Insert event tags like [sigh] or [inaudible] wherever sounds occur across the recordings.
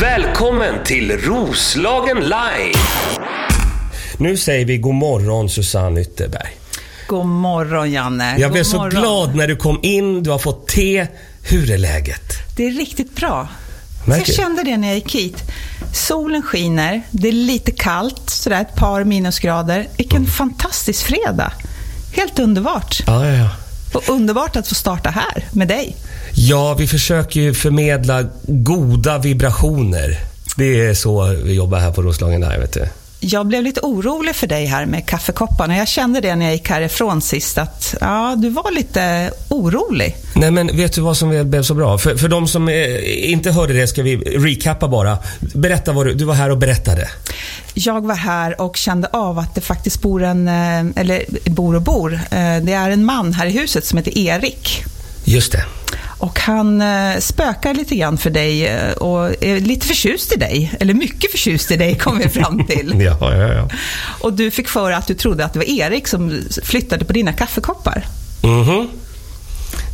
Välkommen till Roslagen Live! Nu säger vi god morgon Susanne Ytterberg. God morgon Janne. Jag God blev så morgon. glad när du kom in, du har fått te. Hur är läget? Det är riktigt bra. Märker Jag du? kände det när jag gick hit. Solen skiner, det är lite kallt, sådär ett par minusgrader. Vilken Mm. fantastisk fredag. Helt underbart. Ja, ja, ja. Och underbart att få starta här med dig. Ja, vi försöker ju förmedla goda vibrationer. Det är så vi jobbar här på Roslagen Live, vet du. Jag blev lite orolig för dig här med kaffekopparna. Jag kände det när jag gick härifrån sist att ja, du var lite orolig. Nej men vet du vad som blev så bra? För, för de som eh, inte hörde det ska vi recappa bara. Berätta vad du, du var här och berättade. Jag var här och kände av att det faktiskt bor en, eh, eller bor och bor, Eh, det är en man här i huset som heter Erik. Just det. Och han eh, spökar lite grann för dig eh, och är lite förtjust i dig. Eller mycket förtjust i dig kom vi fram [laughs] till. Ja, ja, ja. Och du fick för att du trodde att det var Erik som flyttade på dina kaffekoppar. Mhm.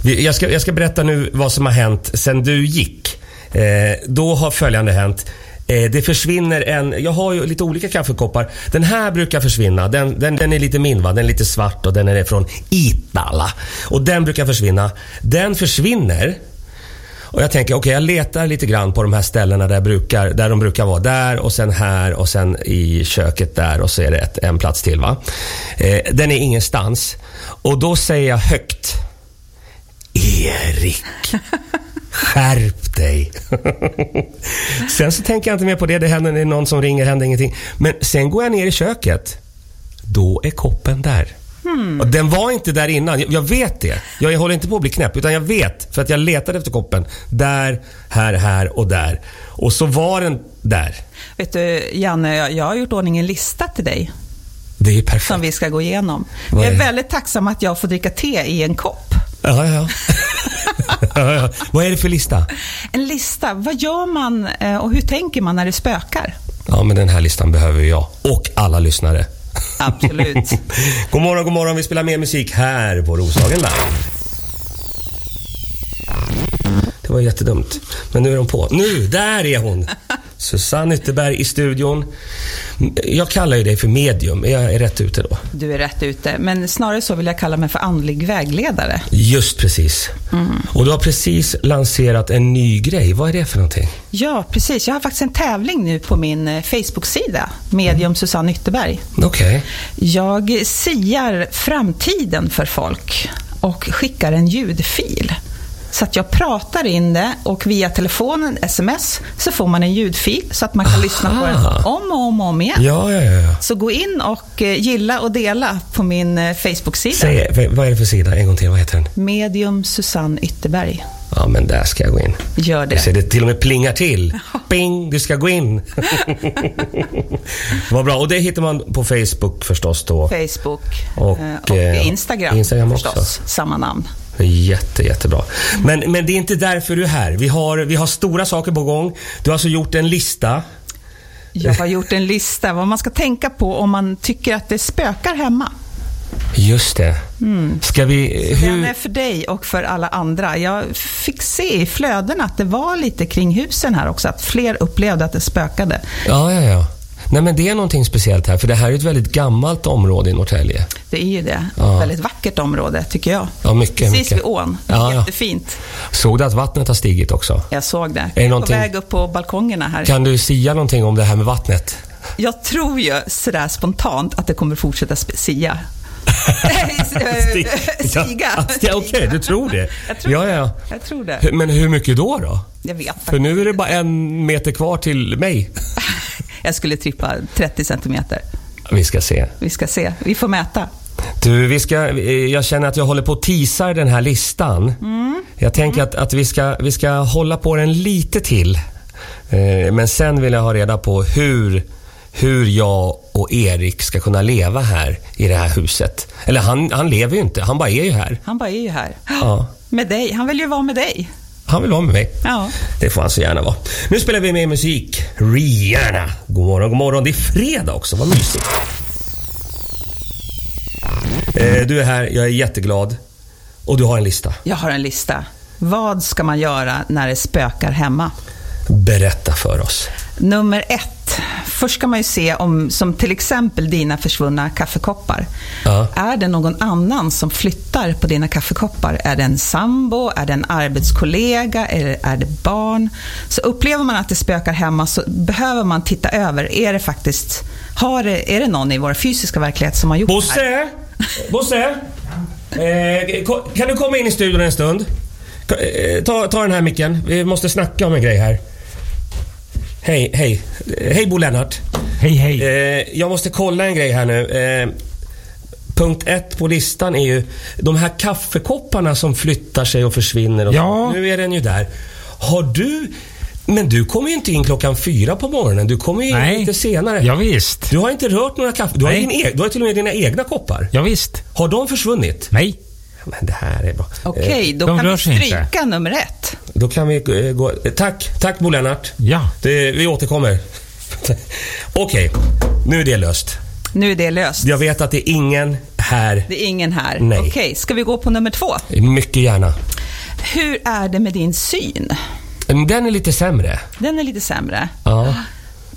Vi- Jag ska, jag ska berätta nu vad som har hänt sen du gick. Eh, då har följande hänt. Eh, det försvinner en... Jag har ju lite olika kaffekoppar. Den här brukar försvinna. Den, den, den är lite min va? Den är lite svart och den är från Itala. Och den brukar försvinna. Den försvinner. Och jag tänker, okej jag letar lite grann på de här ställena där, jag brukar, där de brukar vara. Där och sen här och sen i köket där och så är det ett, en plats till. va? Eh, den är ingenstans. Och då säger jag högt. Erik, skärp dig. [laughs] sen så tänker jag inte mer på det. Det händer det är någon som ringer, händer ingenting. Men sen går jag ner i köket. Då är koppen där. Och den var inte där innan. Jag, jag vet det. Jag, håller inte på att bli knäpp. Utan jag vet. För att jag letade efter koppen. Där, här, här och där. Och så var den där. Vet du, Janne, jag- jag har gjort ordning en lista till dig Det är ju perfekt. som vi ska gå igenom. Vad Jag är är det? väldigt tacksam att jag får dricka te i en kopp. Ja, ja, ja. ja, [laughs] ja. Vad är det för lista? En lista, vad gör man eh, och hur tänker man när det spökar? Ja, men den här listan behöver ju jag. Och alla lyssnare. Absolut. [laughs] god morgon, god morgon. Vi spelar mer musik här på Roslagen Live. Det var jättedumt. Men nu är de på. Nu, där är hon! Susanne Ytterberg i studion. Jag kallar ju dig för medium. Är Jag är rätt ute då. [laughs] Du är rätt ute, men snarare så vill jag kalla mig för andlig vägledare. Just precis. Och du har precis lanserat en ny grej. Vad är det för någonting? Ja, precis. Jag har faktiskt en tävling nu på min eh, Facebook-sida, medium Susanne Ytterberg. Okej. Jag siar framtiden för folk och skickar en ljudfil. Så att jag pratar in det och via telefonen, sms, så får man en ljudfil så att man kan lyssna på den om och om, och om igen. Ja, ja, ja. ja. Så gå in och eh, gilla och dela på min eh, Facebook-sida. Säg, v- vad är det för sida? En gång till. Vad heter den? Medium Susanne Ytterberg. Ja, men där ska jag gå in. Gör Du ser, det. det till och med [laughs] plingar till. Bing, du ska gå in. Vad bra. Och det hittar man på Facebook förstås då. Facebook Och, eh, eh, och Instagram, Instagram också. förstås. Samma namn. Jätte, jättebra. Mm. Men, men det är inte därför du är här. Vi har, vi har stora saker på gång. Du har alltså gjort en lista. Jag har gjort en lista vad man ska tänka på om man tycker att det spökar hemma. Just det. Mm. Ska vi... eh, Den är Hur, för dig och för alla andra. Jag fick se i flödena att det var lite kring husen här också, att fler upplevde att det spökade. ja, ja, ja. Nej, men det är någonting speciellt här. För det här är ett väldigt gammalt område i Norrtälje. Det är ju det. Ja. Väldigt vackert område, tycker jag. Ja, mycket, Precis mycket. vid ån. Ja, ja. Jättefint. Såg du att vattnet har stigit också? Jag såg det. det Jag är på någonting- väg upp på balkongerna här. Kan du säga någonting om det här med vattnet? Jag tror ju sådär spontant att det kommer fortsätta sp- [laughs] sia. Nej, s- eh, Stig- Stiga. Ja, sti- Okej, du tror det? [laughs] Jag tror ja, ja. det. Jag tror det. Hur- Men hur mycket då? då? Jag vet För faktiskt. nu är det bara en meter kvar till mig. Jag skulle trippa 30 centimeter. Vi ska se. Vi ska se. Vi får mäta. Du, vi ska, eh, jag känner att jag håller på och teasar den här listan. Jag tänker att, att vi, ska, vi ska hålla på den lite till. Eh, Men sen vill jag ha reda på hur, hur jag och Erik ska kunna leva här i det här huset. Eller han, han lever ju inte, han bara är ju här. Han bara är ju här. Ja. Med dig. Han vill ju vara med dig. Han vill vara med mig. Ja. Det får han så gärna vara. Nu spelar vi mer musik. Rihanna. God morgon, god morgon. Det är fredag också. Vad mysigt. Eh, Du är här, jag är jätteglad. Och du har en lista. Jag har en lista. Vad ska man göra när det spökar hemma? Berätta för oss. Nummer ett. Först ska man ju se om, som till exempel dina försvunna kaffekoppar. Ja. Är det någon annan som flyttar på dina kaffekoppar? Är det en sambo? Är det en arbetskollega? Är det, är det barn? Så upplever man att det spökar hemma så behöver man titta över. Är det faktiskt, har det, är det någon i vår fysiska verklighet som har gjort det här? Bosse! Bosse! Eh, ko- kan du komma in i studion en stund? Ka- eh, Ta, ta den här micken. Vi måste snacka om en grej här. Hej, hej. Eh, Hej Bo Lennart. Hej hej. Eh, jag måste kolla en grej här nu. Eh, punkt ett på listan är ju de här kaffekopparna som flyttar sig och försvinner. Och Ja. Nu är den ju där. Har du... Men du kommer ju inte in klockan fyra på morgonen. Du kommer ju in lite senare. Ja, visst. Du har inte rört några kaffe. Du har, Nej. din e- du har till och med dina egna koppar. Ja, visst. Har de försvunnit? Nej. Men det här är bra. Okej, Eh, då de kan rör vi sig inte. stryka nummer ett. då kan vi eh, gå... eh, Tack, tack Bo Lennart. Ja. Det, vi återkommer. [laughs] Okej, nu är det löst. Nu är det löst. Jag vet att det är ingen här Det är ingen här. Nej. Okej, ska vi gå på nummer två? Mycket gärna. Hur är det med din syn? Men Den är lite sämre. Den är lite sämre. Ja.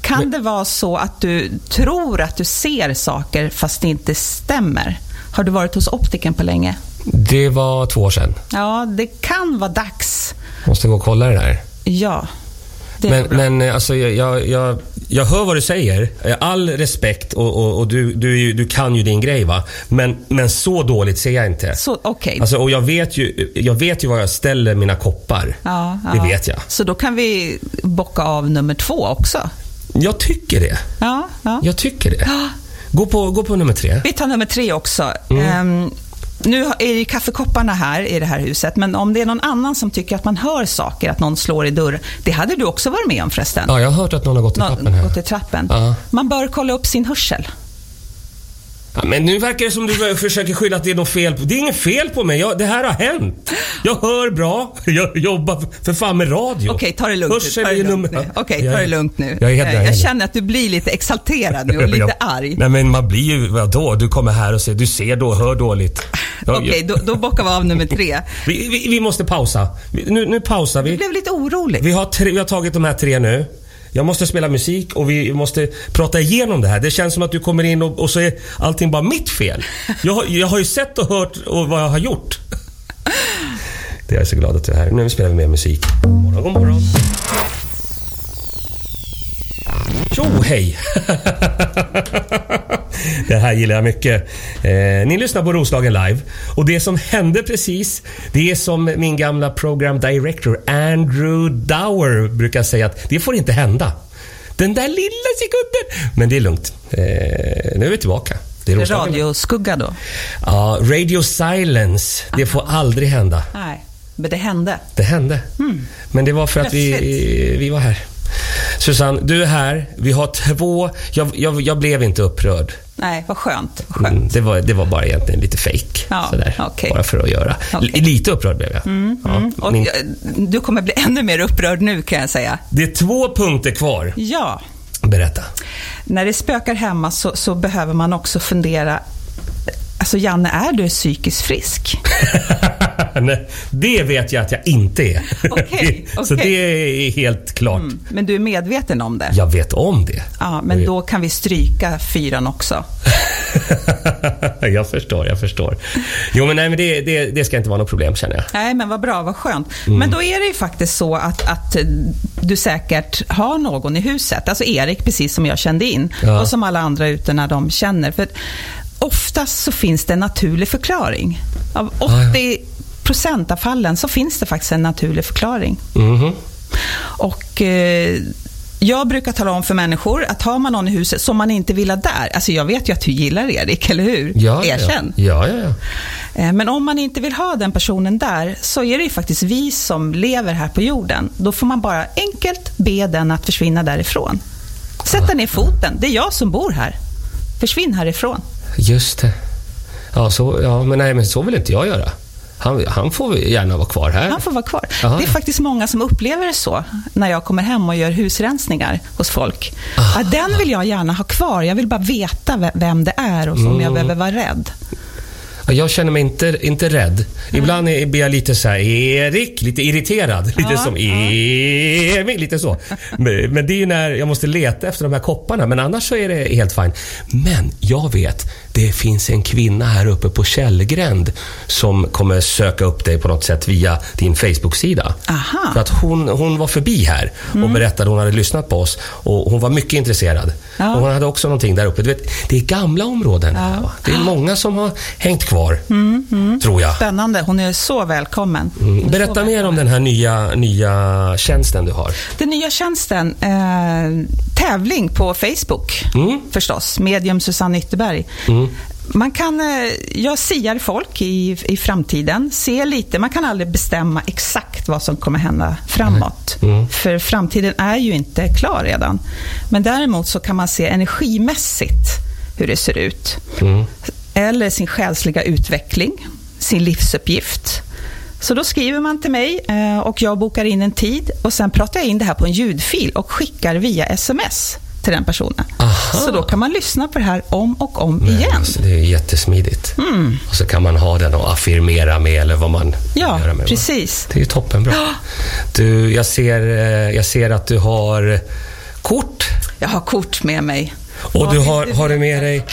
Kan det vara så att du tror att du ser saker fast det inte stämmer? Har du varit hos optiken på länge? Det var två år sedan. Ja, det kan vara dags. Måste gå och kolla det där. Ja. Det Men, men eh, alltså, jag, jag, jag, jag hör vad du säger. Eh, All respekt och, och, och du, du, är ju- du kan ju din grej va. Men, men så dåligt ser jag inte. Så, okej. Alltså, och jag vet, ju, jag vet ju var jag ställer mina koppar. Ja, ja. Det vet jag. Så då kan vi bocka av nummer två också. Jag tycker det. Ja, ja. Jag tycker det. Gå på, gå på nummer tre. Vi tar nummer tre också. Mm. Ehm, nu har- är ju kaffekopparna här i det här huset, men om det är någon annan som tycker att man hör saker, att någon slår i dörr. Det hade du också varit med om förresten. Ja, jag har hört att någon har gått i Nå- trappen här. Gått i trappen. Ja. Man bör kolla upp sin hörsel. Ja, men nu verkar det som du försöker skylla att det är något fel på... Det är inget fel på mig. Jag, det här har hänt. Jag hör bra. [laughs] Jag jobbar för fan med radio. Okej, ta det lugnt nu. Hörsel Ta är det ju lugnt nummer- nu. Okej, Jag- ta det lugnt nu. Eh, Jag är helt jag, jag känner att du blir lite exalterad [laughs] nu och lite arg. Nej men man blir ju... Vadå? Du kommer här och säger du ser då, hör dåligt. Jag- Okej, då, då bockar vi av nummer tre. vi, vi, vi måste pausa. Vi, nu, nu pausar Du vi. blev lite orolig. Vi har, tre, vi har tagit de här tre nu. Jag måste spela musik och vi måste prata igenom det här. Det känns som att du kommer in och, och så är allting bara mitt fel. Jag, har- jag har ju sett och hört och vad jag har gjort. Det är jag så glad att du är här. Nu spelar vi mer musik. God morgon, god morgon. Jo, hej! [laughs] det här gillar jag mycket. Eh, ni lyssnar på Roslagen live. Och det som hände precis, det är som min gamla program director Andrew Dower brukar säga att det får inte hända. Den där lilla sekunden. Men det är lugnt. Eh, nu är vi tillbaka. Det är Roslagen. Radioskugga då? Ja, radio silence. Det får aldrig hända. Nej, men det hände. Det hände. Men det var för att vi, Hmm. Plötsligt. vi var här. Susanne, du är här. Vi har två... Jag, jag, jag blev inte upprörd. Nej, vad skönt. Vad skönt. Mm, Det var, det var bara egentligen lite fake. Ja, sådär. okej. Bara för att göra. Okej. Mm, L- Lite upprörd blev jag. Ja, Och Mm. min- jag- du kommer bli ännu mer upprörd nu kan jag säga. det är två punkter kvar. Ja, Berätta. [laughs] när det spökar hemma så, så behöver man också fundera. Alltså Janne, är du psykiskt frisk? Nej, det vet jag att jag inte är. Okej, [laughs] Det- Så okej. det är helt klart. Men du är medveten om det? Jag vet om det. Ja, men Jag då kan vi stryka fyran också. [laughs] jag förstår, jag förstår. Jo, men, nej, men det, det, det ska inte vara något problem känner jag. Nej, men vad bra, vad skönt. Mm. Men då är det ju faktiskt så att, att du säkert har någon i huset. Alltså Erik, precis som jag kände in. Ja. Och som alla andra ute när de känner. För oftast så finns det en naturlig förklaring. Ah, Av 80 procent av fallen så finns det faktiskt en naturlig förklaring. Mhm. Och eh, jag brukar tala om för människor att har man någon i huset som man inte vill ha där, alltså jag vet ju att du gillar Erik, eller hur? Ja, ja, Erkänn. Ja, ja, ja. Eh, Men om man inte vill ha den personen där så är det ju faktiskt vi som lever här på jorden. Då får man bara enkelt be den att försvinna därifrån. Sätta ner foten, det är jag som bor här. Försvinn härifrån. Just det. Ja, så, ja, men nej, men så vill inte jag göra. Han, han får gärna vara kvar här. Han får vara kvar. Aha. Det är faktiskt många som upplever det så när jag kommer hem och gör husrensningar hos folk. Ah. Ja, den Mm. vill jag gärna ha kvar, jag vill bara veta ve- vem det är och om jag behöver vara rädd. Jag känner mig inte, inte rädd. Ibland är, blir jag lite så här, Erik, lite irriterad. Lite Ja, som ja. Emil, lite så. Men, men det är ju när jag måste leta efter de här kopparna. Men annars så är det helt fint. Men jag vet, det finns en kvinna här uppe på Källgränd som kommer söka upp dig på något sätt via din Facebook-sida. Aha. Mm. För att hon, hon var förbi här och berättade, hon hade lyssnat på oss och hon var mycket intresserad. Ja. Och hon hade också någonting där uppe. Du vet, det är gamla områden. här, va? Det är många som har hängt kvar, Mm, tror jag. Spännande, hon är så välkommen. Mm. Berätta mer om den här nya, nya tjänsten du har. Den nya tjänsten, eh, tävling på Facebook Mm. förstås, medium Susanne Ytterberg. Man kan, eh, jag siar folk i, i framtiden, ser lite, man kan aldrig bestämma exakt vad som kommer hända framåt. För framtiden är ju inte klar redan. Men däremot så kan man se energimässigt hur det ser ut. Eller sin själsliga utveckling, sin livsuppgift. Så då skriver man till mig eh, och jag bokar in en tid och sen pratar jag in det här på en ljudfil och skickar via sms till den personen. Aha. Så då kan man lyssna på det här om och om Men, igen. Mm. alltså, det är jättesmidigt. Och så kan man ha den och affirmera med eller vad man vill Ja, göra med. va? precis. Det är ju toppenbra. Du, jag, ser, eh, jag ser att du har kort Jag har kort med mig. Och du har, har du med dig...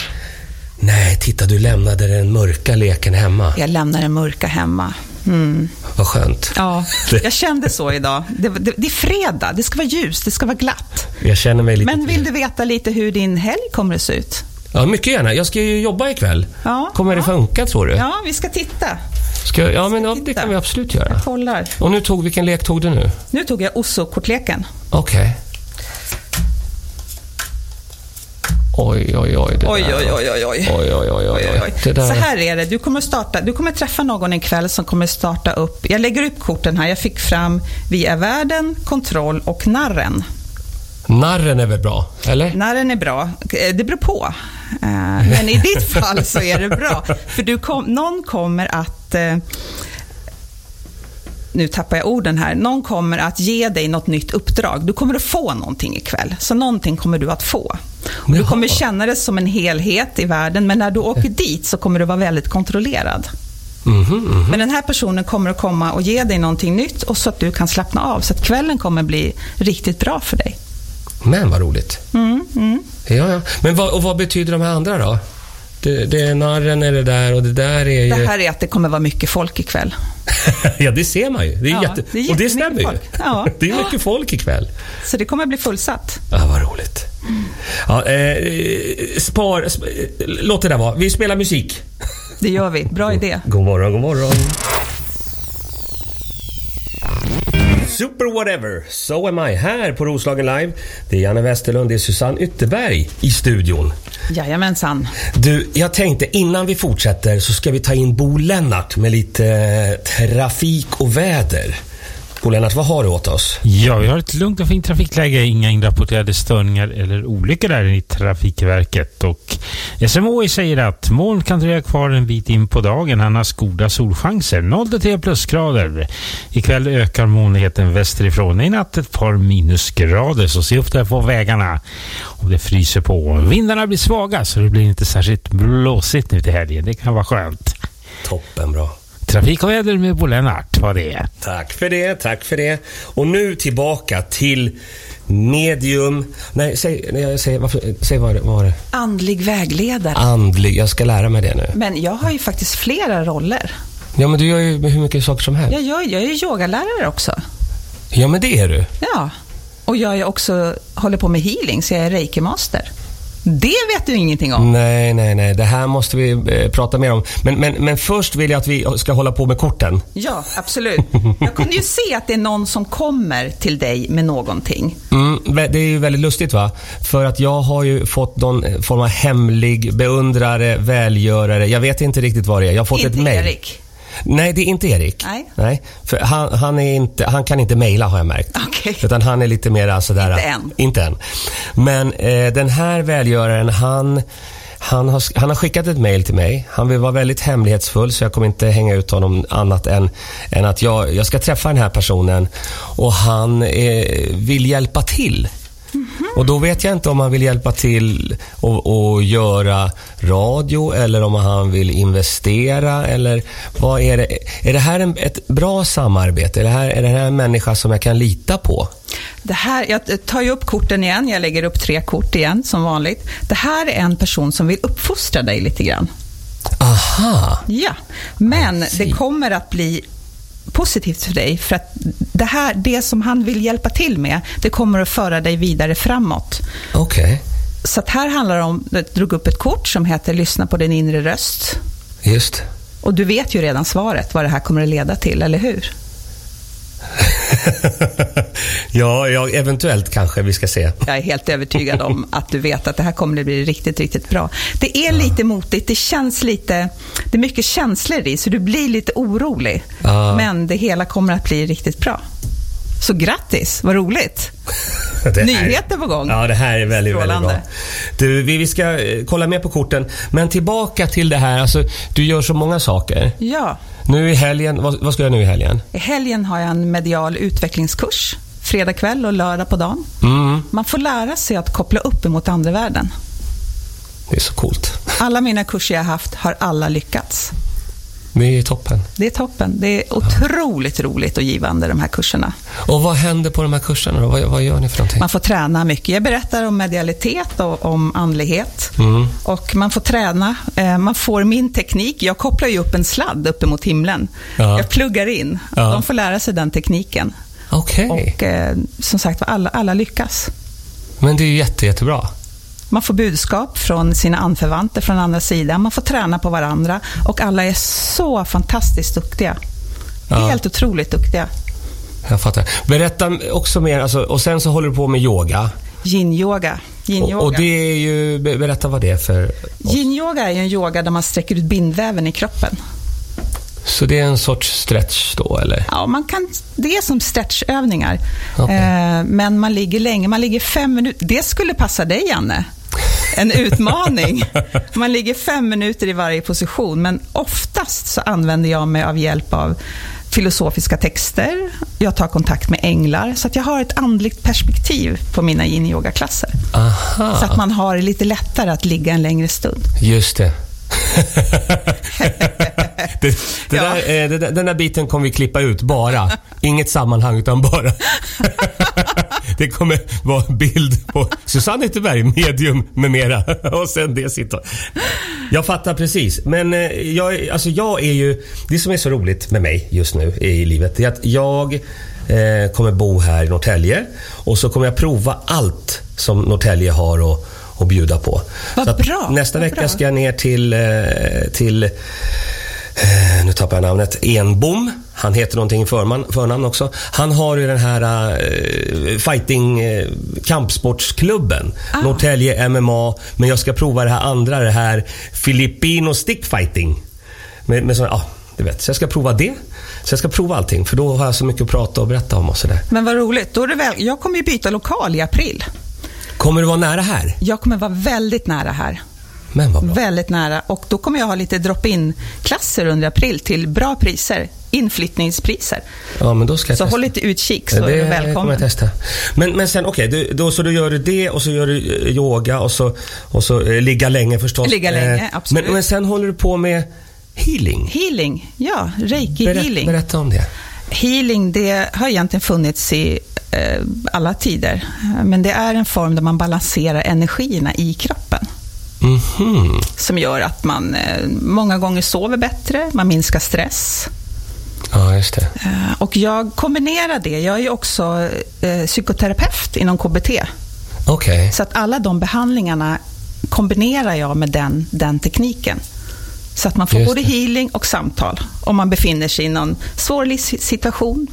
Nej, titta du lämnade den mörka leken hemma. Jag lämnar den mörka hemma. Mm. Vad skönt. [laughs] Ja, jag kände så idag. Det, det, det är fredag, det ska vara ljust, det ska vara glatt. Jag känner mig lite... Men vill du veta lite hur din helg kommer att se ut? Ja, mycket gärna. Jag ska ju jobba ikväll. Ja, Kommer det ja. funka tror du? Ja, vi ska titta. Ska jag... ja men ja, det Titta. kan vi absolut göra. Jag kollar. Och nu tog, vilken lek tog du nu? Nu tog jag Osso-kortleken. Okej. Oj, oj, oj. Det Oj, där. oj, oj, oj, oj. Oj, oj, oj, oj, Oj, oj, oj. Det oj. där. Så här är det, du kommer, starta, du kommer träffa någon en kväll som kommer starta upp. Jag lägger upp korten här. Jag fick fram Vi är världen, Kontroll och Narren. Narren är väl bra? Eller? Narren är bra. Eh, Det beror på. Eh, Men i ditt fall så är det bra. För du kom, någon kommer att... eh, Nu tappar jag orden här. Någon kommer att ge dig något nytt uppdrag. Du kommer att få någonting ikväll. Så någonting kommer du att få. Och du Jaha. kommer känna det som en helhet i världen, men när du åker dit så kommer du vara väldigt kontrollerad. Mhm. Men den här personen kommer att komma och ge dig någonting nytt och så att du kan slappna av. Så att kvällen kommer bli riktigt bra för dig. Mm, Men vad roligt. Ja, ja. Men vad, och vad betyder de här andra då? Det, det är narren är det där och det där är ju... Det här är att det kommer vara mycket folk ikväll. [laughs] ja, det ser man ju. Det är Ja, jätte... det är och det jättemycket stämmer ju. folk. Ja. det är mycket folk ikväll. Så det kommer bli fullsatt. Ja, vad roligt. Ja, eh, spar... sp- eh, Låt det där vara. Vi spelar musik. Det gör vi. Bra idé. God morgon, god morgon. Super whatever, so am I här på Roslagen Live. Det är Janne Westerlund, det är Susanne Ytterberg i studion. Jajamensan. Du, jag tänkte innan vi fortsätter så ska vi ta in Bo Lennart med lite eh, trafik och väder. Bo Lennart, vad har du åt oss? Ja, vi har ett lugnt och fint trafikläge. Inga inrapporterade störningar eller olyckor där i Trafikverket. Och SMHI säger att moln kan dröja kvar en bit in på dagen. Annars goda solchanser. 0-3 plusgrader. Ikväll ökar molnigheten västerifrån. I natt ett par minusgrader. Så se upp där på vägarna. Och det fryser på. Vindarna blir svaga så det blir inte särskilt blåsigt nu till helgen. Det kan vara skönt. Toppen bra. Trafik och väder med Bo Lennart var det. Tack för det, tack för det. Och nu tillbaka till medium... Nej, säg, nej, jag säger, varför, säg vad det- vad var det Andlig vägledare. Andlig. Jag ska lära mig det nu. Men jag har ju faktiskt flera roller. Ja, men du gör ju hur mycket saker som helst. Jag, gör, jag är ju yogalärare också. Ja, men det är du. Ja. Och jag är också, håller på med healing, så jag är reiki-master. Det vet du ingenting om. Nej, nej, nej. Det här måste vi eh, prata mer om. Men, men, men först vill jag att vi ska hålla på med korten. Ja, absolut. Jag kunde ju se att det är någon som kommer till dig med någonting. Mm, vä- det är ju väldigt lustigt va? För att jag har ju fått någon form av hemlig beundrare, välgörare. Jag vet inte riktigt vad det är. Jag har fått Inte ett mail. Erik. Nej, det är inte Erik. Nej. för han, han, är inte, han kan inte mejla har jag märkt. Okej. Utan han är lite mer sådär... Inte än. Inte än. Men eh, den här välgöraren, han, han, har, sk- han har skickat ett mejl till mig. Han vill vara väldigt hemlighetsfull så jag kommer inte hänga ut honom annat än, än att jag, jag ska träffa den här personen och han eh, vill hjälpa till. Mhm. Och då vet jag inte om han vill hjälpa till och, och göra radio eller om han vill investera eller vad är det? Är det här en, ett bra samarbete? Är det här, är det här en människa som jag kan lita på? Det här, jag tar ju upp korten igen, jag lägger upp tre kort igen som vanligt. Det här är en person som vill uppfostra dig lite grann. Aha! Ja, men I see. det kommer att bli positivt för dig för att det, här, det som han vill hjälpa till med, det kommer att föra dig vidare framåt. Okej. Så att här handlar det om, jag drog upp ett kort som heter Lyssna på din inre röst. Just. Och du vet ju redan svaret, vad det här kommer att leda till, eller hur? [laughs] ja, ja, eventuellt kanske vi ska se. Jag är helt övertygad om att du vet att det här kommer att bli riktigt, riktigt bra. Det är lite motigt, det känns lite, det är mycket känslor i, så du blir lite orolig. Ja. Men det hela kommer att bli riktigt bra. Så grattis, vad roligt! [laughs] Det här- Nyheter på gång. Ja, det här är väldigt, väldigt bra. Strålande. Du, vi, vi ska eh, kolla mer på korten. Men tillbaka till det här, alltså, du gör så många saker. Ja, Nu i helgen, vad, vad ska jag nu i helgen? i helgen har jag en medial utvecklingskurs, fredag kväll och lördag på dagen. Mm, Man får lära sig att koppla upp emot andevärlden. det är så coolt. Alla mina kurser jag har haft har alla lyckats. Det är toppen. Det är toppen. Det är otroligt roligt och givande de här kurserna. Och vad händer på de här kurserna då? Vad, vad gör ni för någonting? Man får träna mycket. Jag berättar om medialitet och om andlighet. Mm, Och man får träna. Eh, Man får min teknik. Jag kopplar ju upp en sladd uppemot himlen. Ja. Jag pluggar in. Ja. De får lära sig den tekniken. Okej, Och eh, som sagt alla, alla lyckas. men det är ju jätte, jättebra. Man får budskap från sina anförvanter från andra sidan. Man får träna på varandra. Och alla är så fantastiskt duktiga. Ja. Helt otroligt duktiga. Jag fattar. Berätta också mer, alltså, och sen så håller du på med yoga. Yin-yoga. Och, Yin-yoga. och det är ju, be- berätta vad det är för... Yin-yoga är ju en yoga där man sträcker ut bindväven i kroppen. Så det är en sorts stretch då, eller? Ja, man kan, det är som stretchövningar. Okej. Eh, men man ligger länge, man ligger fem minuter. Det skulle passa dig, Janne. En utmaning. Man ligger fem minuter i varje position, men oftast så använder jag mig av hjälp av filosofiska texter. Jag tar kontakt med änglar, så att jag har ett andligt perspektiv på mina yin-yoga-klasser. Så Aha, att man har det lite lättare att ligga en längre stund. just [laughs] det. det, det Ja. där, eh, det, där- den där biten kommer vi klippa ut bara. Inget sammanhang utan bara. det kommer vara bild på Susanne Ytterberg, medium med mera. [laughs] Och sen det sitter. Jag fattar precis. Men eh, jag, är- alltså jag är ju... Det som är så roligt med mig just nu i livet det är att jag eh, kommer bo här i Norrtälje och så kommer jag prova allt som Norrtälje har att, att bjuda på. Vad så att bra, Nästa vad vecka bra. ska jag ner till, eh, till Eh, nu tappar jag namnet, Enbom. Han heter någonting i förman, förnamn också. Han har ju den här eh, fighting eh, kampsportsklubben. Ah. Norrtälje MMA. Men jag ska prova det här andra, det här Filipino stickfighting. Med, med såna, ja, du vet. Så jag ska prova det. Så jag ska prova allting. För då har jag så mycket att prata och berätta om och sådär. Men vad roligt. Då är det väl, jag kommer ju byta lokal i april. Kommer du vara nära här? Jag kommer vara väldigt nära här. Men vad bra. Väldigt nära. Och då kommer jag ha lite drop-in-klasser under april till bra priser. Inflyttningspriser. Ja, men då ska jag Så testa. håll lite utkik så det är du kommer välkommen. jag testa. Men, men sen, okej, du- då, så du gör du det och så gör du eh, yoga och så, och så eh, ligga länge förstås. Eh, Ligga länge, absolut. Men, men sen håller du på med healing. Healing, ja, Berä- reiki-healing. Berätta om det. Healing det har egentligen funnits i eh, alla tider. Men det är en form där man balanserar energierna i kroppen. Mhm. Som gör att man eh, många gånger sover bättre, man minskar stress. Ja, just det. Eh, Och jag kombinerar det. Jag är ju också eh, psykoterapeut inom KBT. Okej. Så att alla de behandlingarna kombinerar jag med den, den tekniken. Så att man får Just både det. healing och samtal om man befinner sig i någon svår livssituation.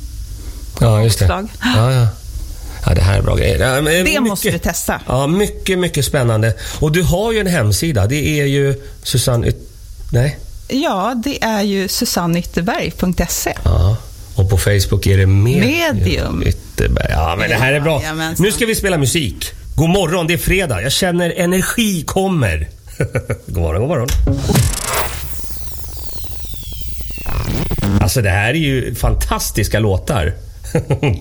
Ja, just det. Slag. Ja, ja. ja, det här är bra grejer. Ja, men Det måste du testa. Ja, mycket, mycket spännande. Och du har ju en hemsida. Det är ju Susanne... Yt- Nej? Ja, det är ju susanneytterberg.se. Ja. Och på Facebook är det Medium. Medium. Ytterberg. Ja, men det här är bra. Jajamensan. Nu ska vi spela musik. God morgon, det är fredag. Jag känner energi kommer. [laughs] god morgon, god morgon. Alltså det här är ju [laughs] fantastiska låtar.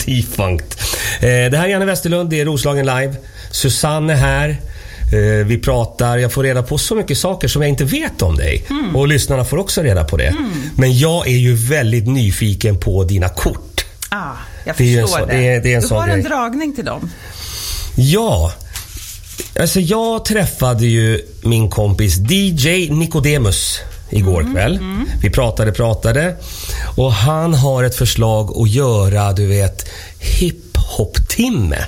Defunct. Eh, det här är Janne Westerlund, det är Roslagen Live. Susanne är här. Eh, Vi pratar, jag får reda på så mycket saker som jag inte vet om dig. Och lyssnarna får också reda på det. Men jag är ju väldigt nyfiken på dina kort. Ah, jag Det är ju en förstår sån- det. det är- det är en du sån har en grej. dragning till dem. Ja, alltså jag träffade ju min kompis DJ Nicodemus igår kväll. Vi pratade, pratade. Och han har ett förslag att göra, du vet, hiphop-timme.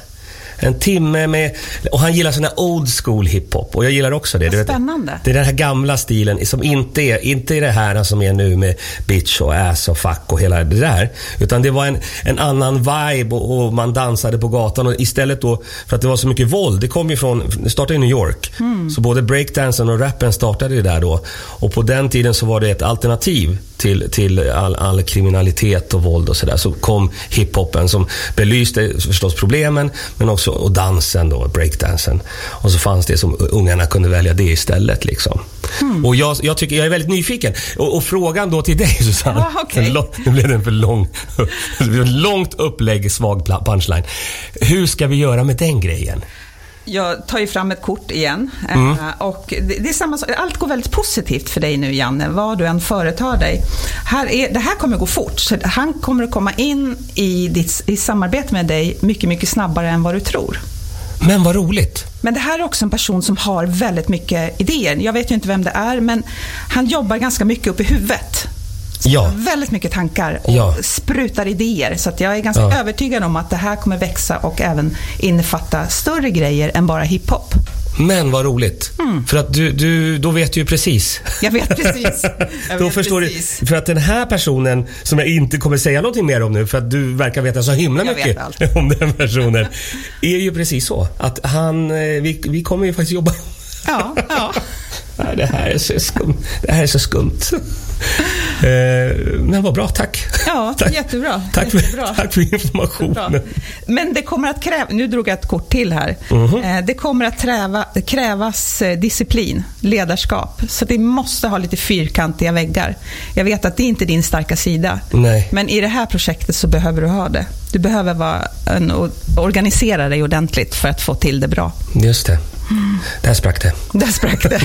En timme med... Och han gillar sån här old school hiphop. Och jag gillar också det. Vad du vet. spännande. Det är den här gamla stilen som inte är, inte är det här som är nu med bitch och ass och fuck och hela det där. Utan det var en, en annan vibe och, och man dansade på gatan. Och istället då, för att det var så mycket våld. Det kom ju från, det startade i New York. Så både breakdansen och rappen startade ju där då. Och på den tiden så var det ett alternativ till, till all, all kriminalitet och våld och sådär. Så kom hiphopen som belyste förstås problemen men också och dansen då, breakdansen. Och så fanns det som ungarna kunde välja det istället. Liksom. Hmm. Och jag, jag, tycker, jag är väldigt nyfiken. Och, och frågan då till dig [laughs] Susanne. Ja, okej. En lång- Nu blev det en för lång, [laughs] långt upplägg, svag pla- punchline. Hur ska vi göra med den grejen? Jag tar ju fram ett kort igen. eh, Mm. Och det, det är samma, sak. allt går väldigt positivt för dig nu Janne, vad du än företar dig. Här är, det här kommer gå fort, så han kommer att komma in i, ditt, i samarbete med dig mycket, mycket snabbare än vad du tror. Men vad roligt. Men det här är också en person som har väldigt mycket idéer. Jag vet ju inte vem det är, men han jobbar ganska mycket upp i huvudet. Så Ja. han har Väldigt mycket tankar och Ja. sprutar idéer. Så att jag är ganska Ja. övertygad om att det här kommer växa och även innefatta större grejer än bara hiphop. Men vad roligt. Hmm. För att du, du, då vet du ju precis. Jag vet [laughs] precis. [laughs] Jag Då vet förstår precis. du. För att den här personen, som jag inte kommer säga någonting mer om nu, för att du verkar veta så himla Jag vet mycket allt. [laughs] om den personen, är ju precis så. Att han, eh, vi, vi kommer ju faktiskt jobba... Ja, ja. Nej, Det här är så skumt. Det här är så skumt. [laughs] Eh, Men vad bra, tack. Ja, [laughs] Tack. jättebra. Tack Jättebra. för, tack för Bra. informationen. Men det kommer att kräva, nu drog jag ett kort till här. Mhm. Eh, Det kommer att träva, krävas eh, disciplin, ledarskap. Så det måste ha lite fyrkantiga väggar. Jag vet att det är inte är din starka sida. Nej. Men i det här projektet så behöver du ha det. Du behöver vara en, och organisera dig ordentligt för att få till det bra. Just det. Där sprack det. Där sprack [laughs] det.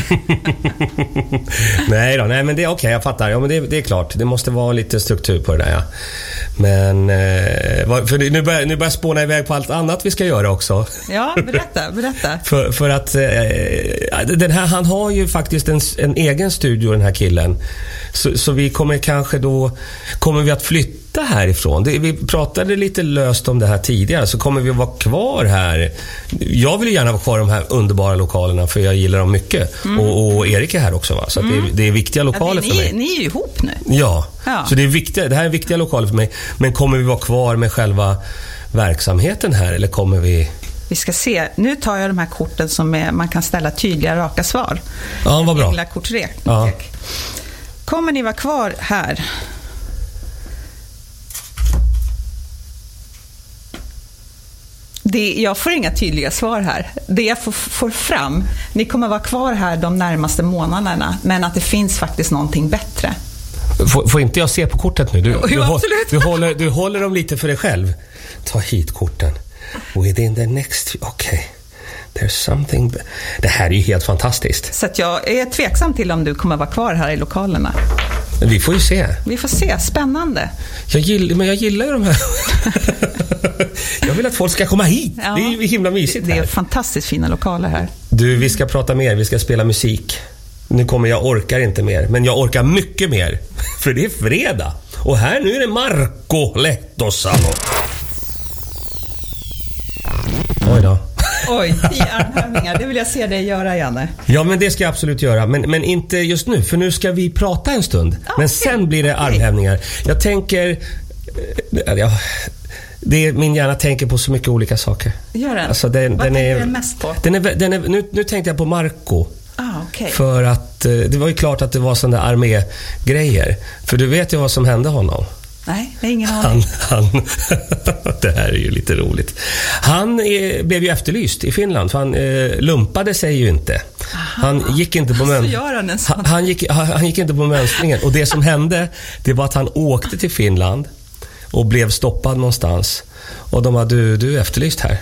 nej då, nej men det är okej, jag fattar. Ja, men det, det är klart, det måste vara lite struktur på det där ja. Men, eh, vad- för nu börjar, nu börjar jag spåna iväg på allt annat vi ska göra också. Ja, berätta, berätta. För, för att eh, den här, han har ju faktiskt en, en egen studio den här killen. Så, så vi kommer kanske då, kommer vi att flytta härifrån? Det, vi pratade lite löst om det här tidigare, så kommer vi att vara kvar här? Jag vill ju gärna vara kvar i de här underbara lokalerna för jag gillar dem mycket. Och, och Erik är här också va? Så att det, är, det är viktiga Mm. Ja, lokaler det, för ni, mig. ni är ju ihop nu. Ja, Ja. så det, är viktiga, det här är viktiga lokaler för mig. Men kommer vi vara kvar med själva verksamheten här eller kommer vi... Vi ska se. Nu tar jag de här korten som är, man kan ställa tydliga, raka svar. Ja, vad bra. Enkla kortlek. Ja. Kommer ni vara kvar här? Det, jag får inga tydliga svar här. Det jag får, får fram, ni kommer vara kvar här de närmaste månaderna, men att det finns faktiskt någonting bättre. Får, får inte jag se på kortet nu? Du, Jo, du, hå- absolut. du, håller, du håller dem lite för dig själv. Ta hit korten. Within the next... Okej. There's something... be- Det här är ju helt fantastiskt. Så att jag är tveksam till om du kommer vara kvar här i lokalerna. Vi får ju se. Vi får se, spännande. Jag gill, men jag gillar ju de här... [laughs] jag vill att folk ska komma hit. Ja. Det är ju himla mysigt Det är här. fantastiskt fina lokaler här. Du, vi ska prata mer. Vi ska spela musik. Nu kommer jag orkar inte mer, men jag orkar mycket mer. [laughs] För det är fredag. Och här nu är det Marco Lehtosalo. Oj då. Oj, tio armhävningar. Det vill jag se dig göra, Janne. Ja, men det ska jag absolut göra. Men, men inte just nu, för nu ska vi prata en stund. men sen blir det armhävningar. Jag tänker... eh, Ja, det är, min hjärna tänker på så mycket olika saker. Gör den? Alltså, den, Vad den tänker är, den mest på? Den är, den är, nu, nu tänkte jag på Marco. Ah, okej. För att eh, det var ju klart att det var sådana där armégrejer. För du vet ju vad som hände honom. Nej, jag har ingen aning. Han, han, [laughs] det här är ju lite roligt. Han eh, blev ju efterlyst i Finland för han eh, lumpade sig ju inte. Han gick inte på mön- Så gör han en sån. han, han, gick, han, han gick inte på mönstringen och det som hände det var att han åkte till Finland och blev stoppad någonstans. Och de bara, du, du är efterlyst här.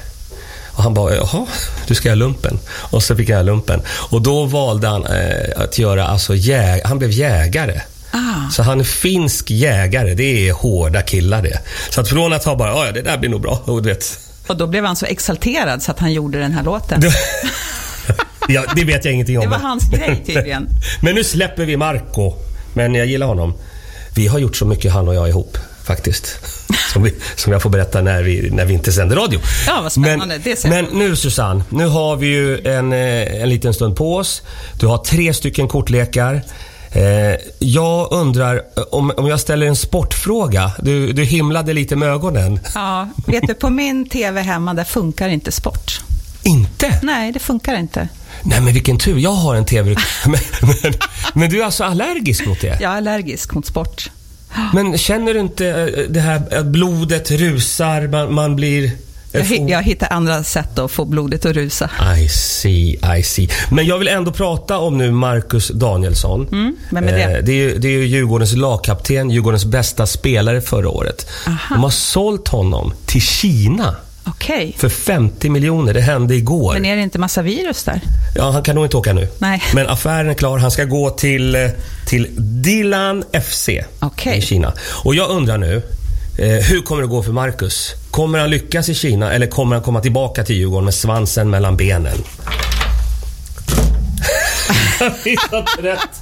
Och han bara, jaha, du ska göra lumpen. Och så fick jag göra lumpen. Och då valde han eh, att göra, alltså, jä- han blev jägare. Ah. Så han är finsk jägare, det är hårda killar det. Så att från att ha bara, "Ja, ja det där blir nog bra, och du vet. Och då blev han så exalterad så att han gjorde den här låten. Du- ja, det vet jag ingenting om. Det var hans grej tydligen. Men nu släpper vi Marco. Men jag gillar honom. Vi har gjort så mycket han och jag ihop, [laughs] faktiskt. Som, vi, som jag får berätta när vi, när vi inte sänder radio. Ja, vad spännande. Men, Det ser jag men nu Susanne, nu har vi ju en, eh, en liten stund på oss. Du har tre stycken kortlekar. Eh, jag undrar eh, om, om jag ställer en sportfråga. Du, du himlade lite med ögonen. Ja, vet du, på min TV hemma där funkar inte sport. Inte? Nej, det funkar inte. Nej men vilken tur, jag har en TV. [laughs] Men, men, men du är alltså allergisk mot det? Jag är allergisk mot sport. Men känner du inte eh, det här att blodet rusar, man, man blir... eh, Jag, hi- jag hittar andra sätt att få blodet att rusa. I see, I see. Men jag vill ändå prata om nu Marcus Danielsson. Mm, vem är det? Eh, det, är ju, det är ju Djurgårdens lagkapten, Djurgårdens bästa spelare förra året. Aha. De har sålt honom till Kina Okej, för 50 miljoner. Det hände igår. men är det inte massa virus där? Ja, han kan nog inte åka nu. Nej. Men affären är klar. Han ska gå till, eh, till Dilan FC Okej. i Kina. Och jag undrar nu, eh, hur kommer det gå för Marcus? Kommer han lyckas i Kina eller kommer han komma tillbaka till Djurgården med svansen mellan benen? [laughs] Jag fick inte rätt.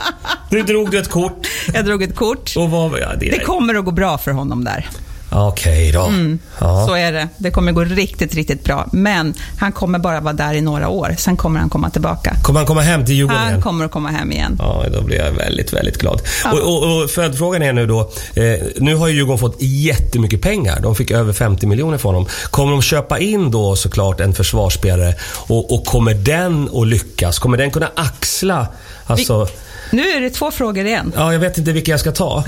Nu drog du ett kort. Jag drog ett kort. Och vad, ja, det, Det kommer att gå bra för honom där. Okej då. Mm. Så Ja. är det. Det kommer gå riktigt, riktigt bra. Men han kommer bara vara där i några år. Sen kommer han komma tillbaka. Kommer han komma hem till Djurgården igen? Han kommer att komma hem igen. Ja, då blir jag väldigt, väldigt glad. Ja. Och, och, och följdfrågan är nu då. Eh, nu har ju Djurgården fått jättemycket pengar. De fick över 50 miljoner från honom. Kommer de köpa in då såklart en försvarsspelare och, och kommer den att lyckas? Kommer den kunna axla? Alltså, Nu är det två frågor igen. ja, jag vet inte vilka jag ska ta.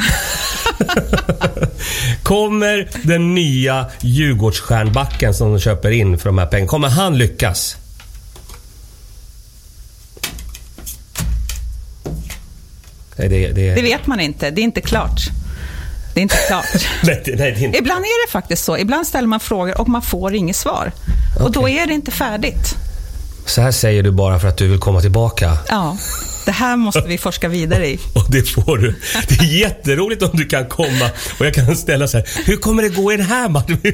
kommer den nya Djurgårdsstjärnbacken som de köper in för de här pengarna, kommer han lyckas? Nej, det, det, Det vet man inte. Det är inte klart. Det är inte [laughs] klart. Nej, det, nej, det är inte. Ibland är det faktiskt så. Ibland ställer man frågor och man får inget svar. Och då är det inte färdigt. Så här säger du bara för att du vill komma tillbaka. Ja, det här måste vi forska vidare i. Och det får du. Det är jätteroligt om du kan komma och jag kan ställa så här. Hur kommer det gå i den här matchen? [laughs]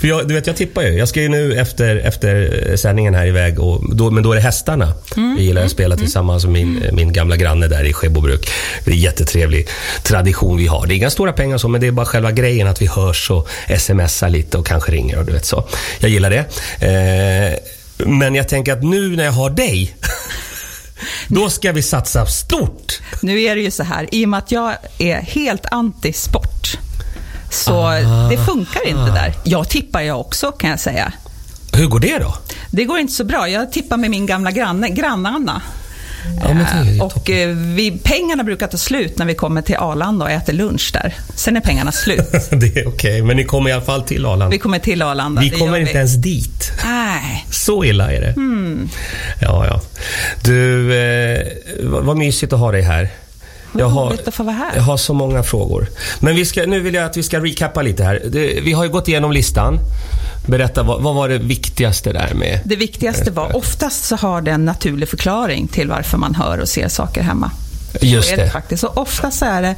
För jag, du vet, jag tippar ju. Jag ska ju nu efter, efter eh, sändningen här iväg, och då, men då är det hästarna. jag gillar att spela tillsammans med min, eh, min gamla granne där i Skebobruk. Det är en jättetrevlig tradition vi har. Det är inga stora pengar så, men det är bara själva grejen att vi hörs och smsar lite och kanske ringer och du vet så. Jag gillar det. Eh, men jag tänker att nu när jag har dig, då ska vi satsa stort. Nu är det ju så här, i och med att jag är helt anti-sport, så Ah. det funkar inte där. Jag tippar jag också, kan jag säga. Hur går det då? Det går inte så bra. Jag tippar med min gamla granne, grann-Anna. Ja, men det är ju Och eh, vi, pengarna brukar ta slut när vi kommer till Arlanda och äter lunch där. Sen är pengarna slut. [laughs] Det är okej, men ni kommer i alla fall till Arlanda. Vi kommer till Arlanda. Vi det kommer gör inte ens dit. Nej. Så illa är det. Hmm. Ja, ja. Du, eh, vad vad mysigt att ha dig här. Vad roligt att få vara här. jag har så många frågor. Men vi ska, nu vill jag att vi ska recappa lite här. Det, vi har ju gått igenom listan. Berätta, vad, vad var det viktigaste där med? Det viktigaste var, oftast så har det en naturlig förklaring till varför man hör och ser saker hemma. Just så är det. det. faktiskt. Och oftast så är det,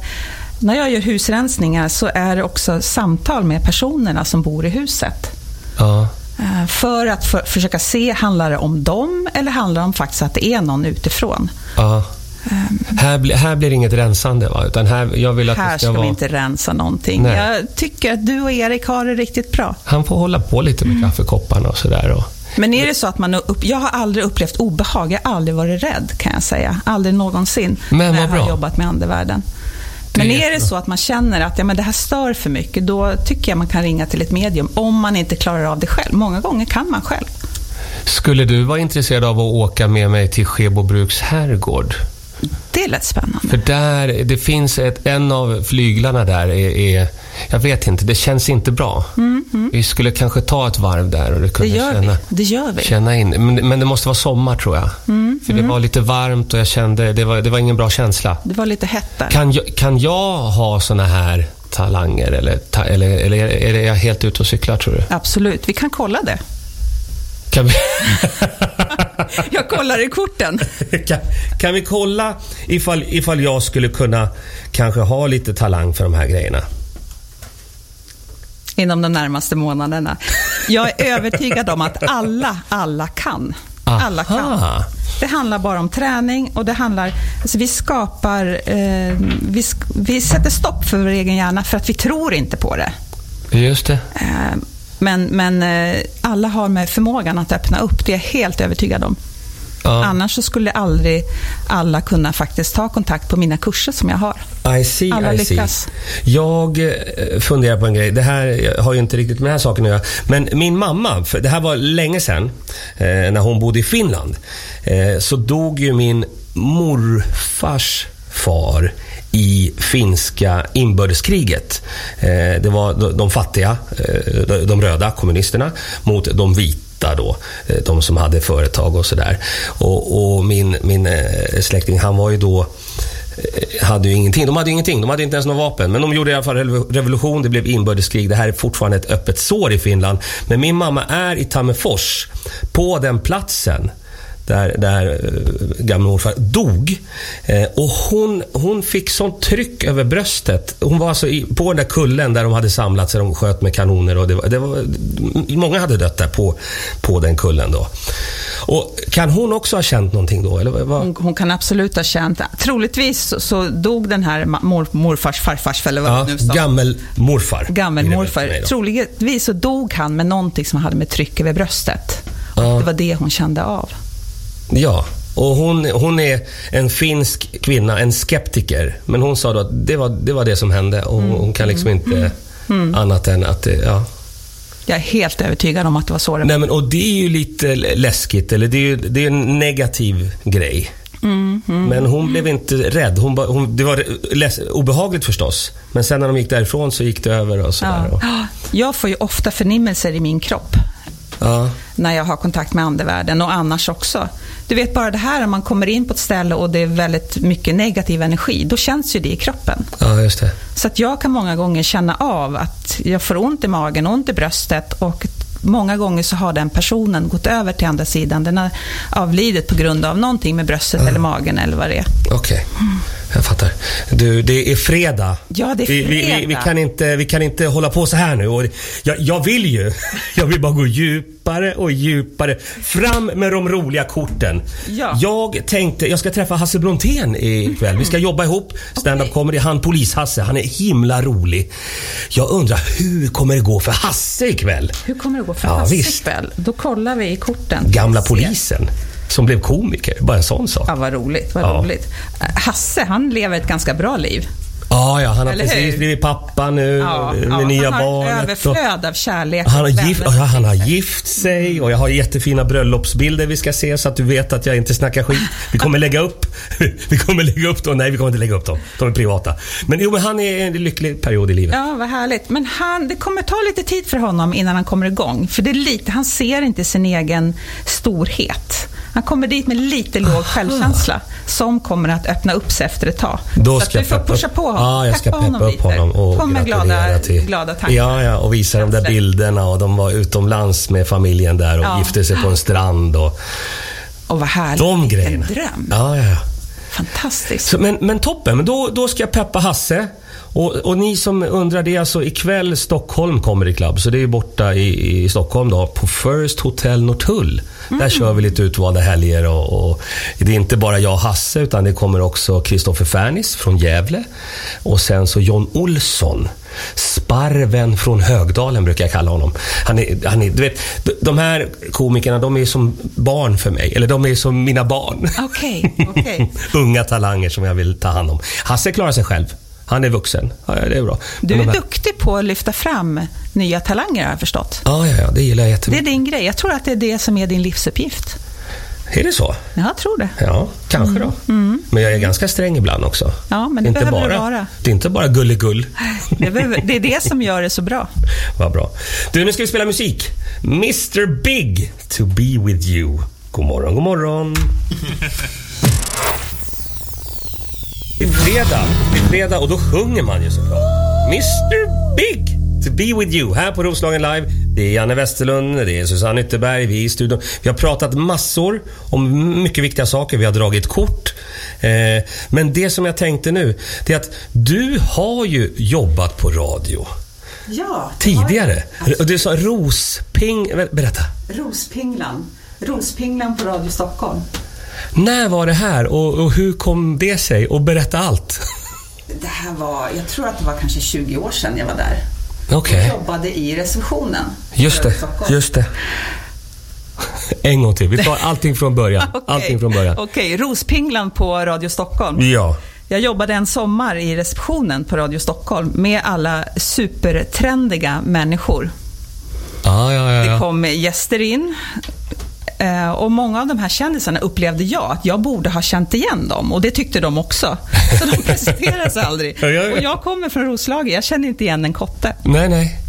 när jag gör husrensningar så är det också samtal med personerna som bor i huset. Ja. Eh, För att för, försöka se, handlar det om dem eller handlar det om faktiskt att det är någon utifrån? ja. Här, bli, här blir det inget rensande, va? Utan här, jag vill att Ehm. Här det ska ska vara... vi inte rensa någonting. Nej. Jag tycker att du och Erik har det riktigt bra. Han får hålla på lite med kaffekopparna och sådär. Och... Men är det så att man upp, jag har aldrig upplevt obehag, jag har aldrig varit rädd kan jag säga. Aldrig någonsin Men vad när jag bra. har jobbat med andevärlden. Det är Men är det jättebra. så att man känner att ja, men det här stör för mycket, då tycker jag man kan ringa till ett medium om man inte klarar av det själv. Många gånger kan man själv. Skulle du vara intresserad av att åka med mig till Skebobruks herrgård? Det lät spännande. För där, det finns ett, en av flyglarna där är, är... Jag vet inte, det känns inte bra. Vi skulle kanske ta ett varv där och du Mm, Det kunde gör vi. känna, Det gör vi. Mm, känna in. Men, men det måste vara sommar tror jag. För det var lite varmt och jag kände, det var, det var ingen bra känsla. Det var lite hett där. Kan jag, kan jag ha såna här talanger? Eller, ta, eller, eller är det jag helt ute och cyklar, tror du? Absolut, vi kan kolla det. Kan vi... Jag kollar i korten. Kan, kan vi kolla ifall, ifall jag skulle kunna kanske ha lite talang för de här grejerna? inom de närmaste månaderna. Jag är övertygad om att alla, alla kan. Alla kan. Aha. Det handlar bara om träning och det handlar... Alltså vi skapar... Eh, vi, sk- vi sätter stopp för vår egen hjärna för att vi tror inte på det. Just det. Eh, men men eh, alla har med förmågan att öppna upp, det är jag helt övertygad om. Ja. Annars så skulle aldrig alla kunna faktiskt ta kontakt på mina kurser som jag har. I see, Alla I lyckas. see. Jag eh, funderar på en grej. Det här har ju inte riktigt med den här saken att göra. Men min mamma, för det här var länge sedan, eh, när hon bodde i Finland, eh, så dog ju min morfars far i finska inbördeskriget. Eh, det var de- de fattiga, eh, de- de röda, kommunisterna, mot de vita vita då, eh, de som hade företag och sådär. Och, och min, min eh, släkting, han var ju då eh, hade ju ingenting. De hade ju ingenting. De hade inte ens några vapen. Men de gjorde i alla fall revo- revolution. Det blev inbördeskrig. Det här är fortfarande ett öppet sår i Finland. Men min mamma är i Tammerfors, på den platsen där, där eh, gammelmorfar dog. Eh, och hon, hon fick sånt tryck över bröstet. Hon var alltså i, på den där kullen där de hade samlats och de sköt med kanoner. Och det var, det var, många hade dött där på, på den kullen. Då. Och kan hon också ha känt någonting då? Eller vad? Hon, hon kan absolut ha känt... Troligtvis så, så dog den här ma- mor, morfars farfars, eller vad ja, det nu sa. gammelmorfar. Är det gammelmorfar. väl för mig Troligtvis så dog han med någonting som hade med tryck över bröstet. Och Ja. Det var det hon kände av. då. Ja. Och hon, hon är en finsk kvinna, en skeptiker. Men hon sa då att det var det, var det som hände. Och hon Mm. kan liksom inte annat än att... det- Ja. Jag är helt övertygad om att det var så det var. Nej, men, och det är ju lite läskigt. Eller det är ju det är en negativ grej. Mm, Men hon blev inte rädd. Hon bara- hon, det var läs, obehagligt förstås. Men sen när de gick därifrån så gick det över och sådär. Ja. Och, Ja. Jag får ju ofta förnimmelser i min kropp ja. när jag har kontakt med andevärlden och annars också. Du vet bara det här, om man kommer in på ett ställe och det är väldigt mycket negativ energi, då känns ju det i kroppen. ja, just det. Så att jag kan många gånger känna av att jag får ont i magen, ont i bröstet och många gånger så har den personen gått över till andra sidan. Den har avlidit på grund av någonting med bröstet eller magen eller vad det är. Okej, jag fattar. Du, det är fredag. Ja, det är Vi, vi, vi, vi, fredag. kan, inte, vi kan inte hålla på så här nu. Och jag, jag vill ju. [laughs] Jag vill bara gå djupare och djupare. Fram med de roliga korten. Ja. Jag tänkte, jag ska träffa Hasse Brontén ikväll. Vi ska Mm. jobba ihop. Stand-up comedy. Han polis-Hasse, han är himla rolig. Jag undrar, hur kommer det gå för Hasse ikväll? Hur kommer det gå för Ja, Hasse visst. ikväll? Då kollar vi i korten. Gamla Se. polisen som blev komiker. Bara en sån sak. Ja, vad roligt. Vad Ja. roligt. Eh, Hasse, han lever ett ganska bra liv. Ja, ja, han har Eller precis hur? blivit pappa nu Ja, med ja, nya han har ett barnet. och- överflöd av kärlek. Han har, och gift, ja, vänner. han har gift sig och jag har jättefina bröllopsbilder vi ska se så att du vet att jag inte snackar skit. Vi kommer lägga upp [laughs] Vi kommer lägga upp dem. Nej, vi kommer inte lägga upp dem. De är privata. Men jo, men han är i en lycklig period i livet. Ja, vad härligt. Men han, det kommer ta lite tid för honom innan han kommer igång. För det är lite, han ser inte sin egen storhet. Han kommer dit med lite låg självkänsla som kommer att öppna upp sig efter ett tag. Då så ska att du får jag peppa pusha upp- på honom. Ja, jag ska Peppa peppa upp lite. honom och Kom med glada, gratulera till... glada tankar. Ja, ja, och visa de där Känslor. bilderna och de var utomlands med familjen där och Ja. gifte sig på en strand och Och vad härligt. de grejerna. En dröm. Ja, ja, ja. Fantastiskt. Så, men, men toppen, men då, då ska jag peppa Hasse. Och, och ni som undrar, det är alltså ikväll Stockholm Comedy Club. Så det är ju borta i, i Stockholm då, på First Hotel Norrtull. Där kör vi lite utvalda helger och, och det är inte bara jag och Hasse utan det kommer också Kristoffer Fernis från Gävle. Och sen så John Olsson. Sparven från Högdalen brukar jag kalla honom. Han är, han är, du vet, d- de här komikerna, de är som barn för mig. Eller de är som mina barn. [laughs] Okej, okej. Unga talanger som jag vill ta hand om. Hasse klarar sig själv. Han är vuxen. Ja, ja, det är bra. Men Du de är här- duktig på att lyfta fram nya talanger har jag förstått. Ja, ja, ja, det gillar jag Det är jättemycket. din grej. Jag tror att det är det som är din livsuppgift. Är det så? Ja, Jag tror det. Ja, kanske då. Men jag är ganska sträng ibland också. Mm. Ja, men det inte behöver bara, du vara. Det är inte bara gulligull. Det behöver- det är det som gör det så bra. Vad bra. Du, nu ska vi spela musik. Mr Big, To Be With You. God morgon, god morgon. Det är fredag. Det är fredag och då sjunger man ju såklart. Mr Big to be with you här på Roslagen Live. Det är Janne Westerlund, det är Susanne Ytterberg, vi är i studion. Vi har pratat massor om mycket viktiga saker. Vi har dragit kort. Eh, men det som jag tänkte nu, det är att du har ju jobbat på radio Ja, tidigare. Och du sa rosping... Berätta. Rospinglan. Rospinglan på Radio Stockholm. När var det här och, och hur kom det sig? Och berätta allt. Det här var, jag tror att det var kanske 20 år sedan jag var där. Okej. Jag jobbade i receptionen. på Just Radio det, Stockholm. just det. En gång till. Vi tar allting från början. Okej. Allting från början. Okej, Rospinglan på Radio Stockholm. Ja. Jag jobbade en sommar i receptionen på Radio Stockholm med alla supertrendiga människor. Ja, ja, ja. Det ja. kom gäster in. eh, Och många av de här kändisarna upplevde jag att jag borde ha känt igen dem. Och det tyckte de också. [laughs] Så de presenterade sig aldrig. Ja, ja, ja. Och jag kommer från Roslagen, jag känner inte igen en kotte. Nej, nej.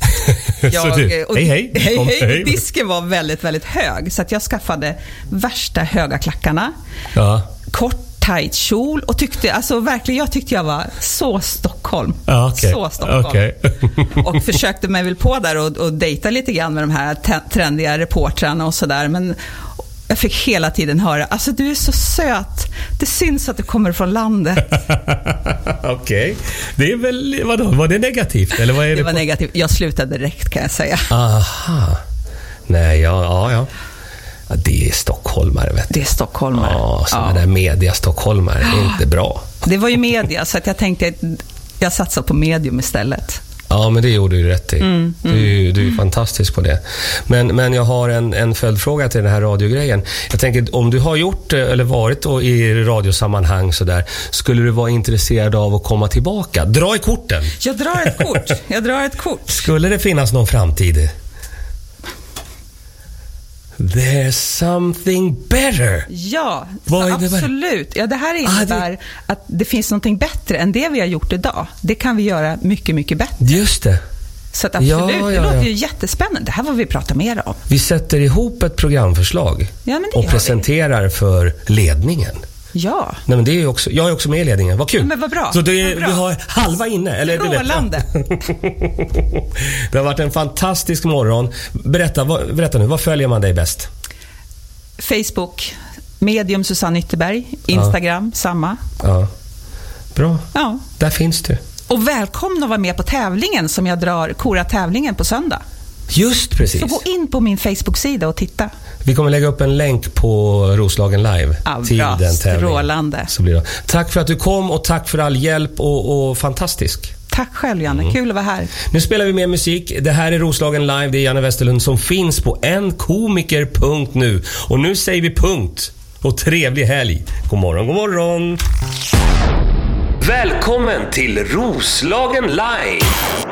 Jag, [laughs] Så du, eh, och, hej hej. hej, Kom, hej. hej. Disken var väldigt, väldigt hög. Så att jag skaffade värsta höga klackarna. Ja, Kort, tajt kjol och tyckte, alltså verkligen, jag tyckte jag var så Stockholm. ja Ah, okej. Så Stockholm. Okej. [laughs] [laughs] Och försökte mig väl på där och, och dejta lite grann med de här te- trendiga reportrarna och sådär. Men jag fick hela tiden höra, alltså du är så söt. Det syns att du kommer från landet. Okej. Det är väl, vadå, var det negativt? Eller vad är det? Det var på- negativt. Jag slutade direkt kan jag säga. Aha. Nej, ja, ja, ja. ja. Det är stockholmare, vet du. Det är stockholmare. Ja, sådana där media-stockholmare. Det är inte bra. Det var ju media, så att jag tänkte att jag satsar på medium istället. Ja, men det gjorde du rätt i. Du, är ju- du är ju fantastisk på det. Men, men jag har en, en följdfråga till den här radiogrejen. Jag tänker, om du har gjort eh, eller varit och i radiosammanhang sådär, skulle du vara intresserad av att komma tillbaka? Dra i korten! Jag drar ett kort. Jag drar ett kort. Skulle det finnas någon framtid? There's something better! Ja, Vad så innebär det? absolut. Ja, det här Ah, det- innebär att det finns någonting bättre än det vi har gjort idag. Det kan vi göra mycket, mycket bättre. Just det. Så att absolut, Ja, ja, det låter ja. ju jättespännande. Det här var vi prata mer om. Vi sätter ihop ett programförslag Ja, men det och gör vi. presenterar för ledningen. Ja, Nej, men det är ju också, jag är också med i ledningen. Vad kul! Ja, men vad bra. Så det är, Vad bra. vi har halva inne. Eller, du vet. strålande. Det har varit en fantastisk morgon. Berätta, vad, berätta nu, vad följer man dig bäst? Facebook, medium Susanne Ytterberg, Instagram, samma. Ja. Bra. Ja. Där finns du. Och välkomna att vara med på tävlingen som jag drar, Kora-tävlingen på söndag. Just Så precis. gå in på min Facebook-sida och titta. Vi kommer lägga upp en länk på Roslagen Live Ja, bra. till den tävlingen. Strålande. Så blir det. Tack för att du kom och tack för all hjälp och, och fantastisk. Tack själv Janne, Mm. kul att vara här. Nu spelar vi mer musik. Det här är Roslagen Live. Det är Janne Westerlund som finns på enkomiker.nu. Och nu säger vi punkt och trevlig helg. God morgon, god morgon. Välkommen till Roslagen Live!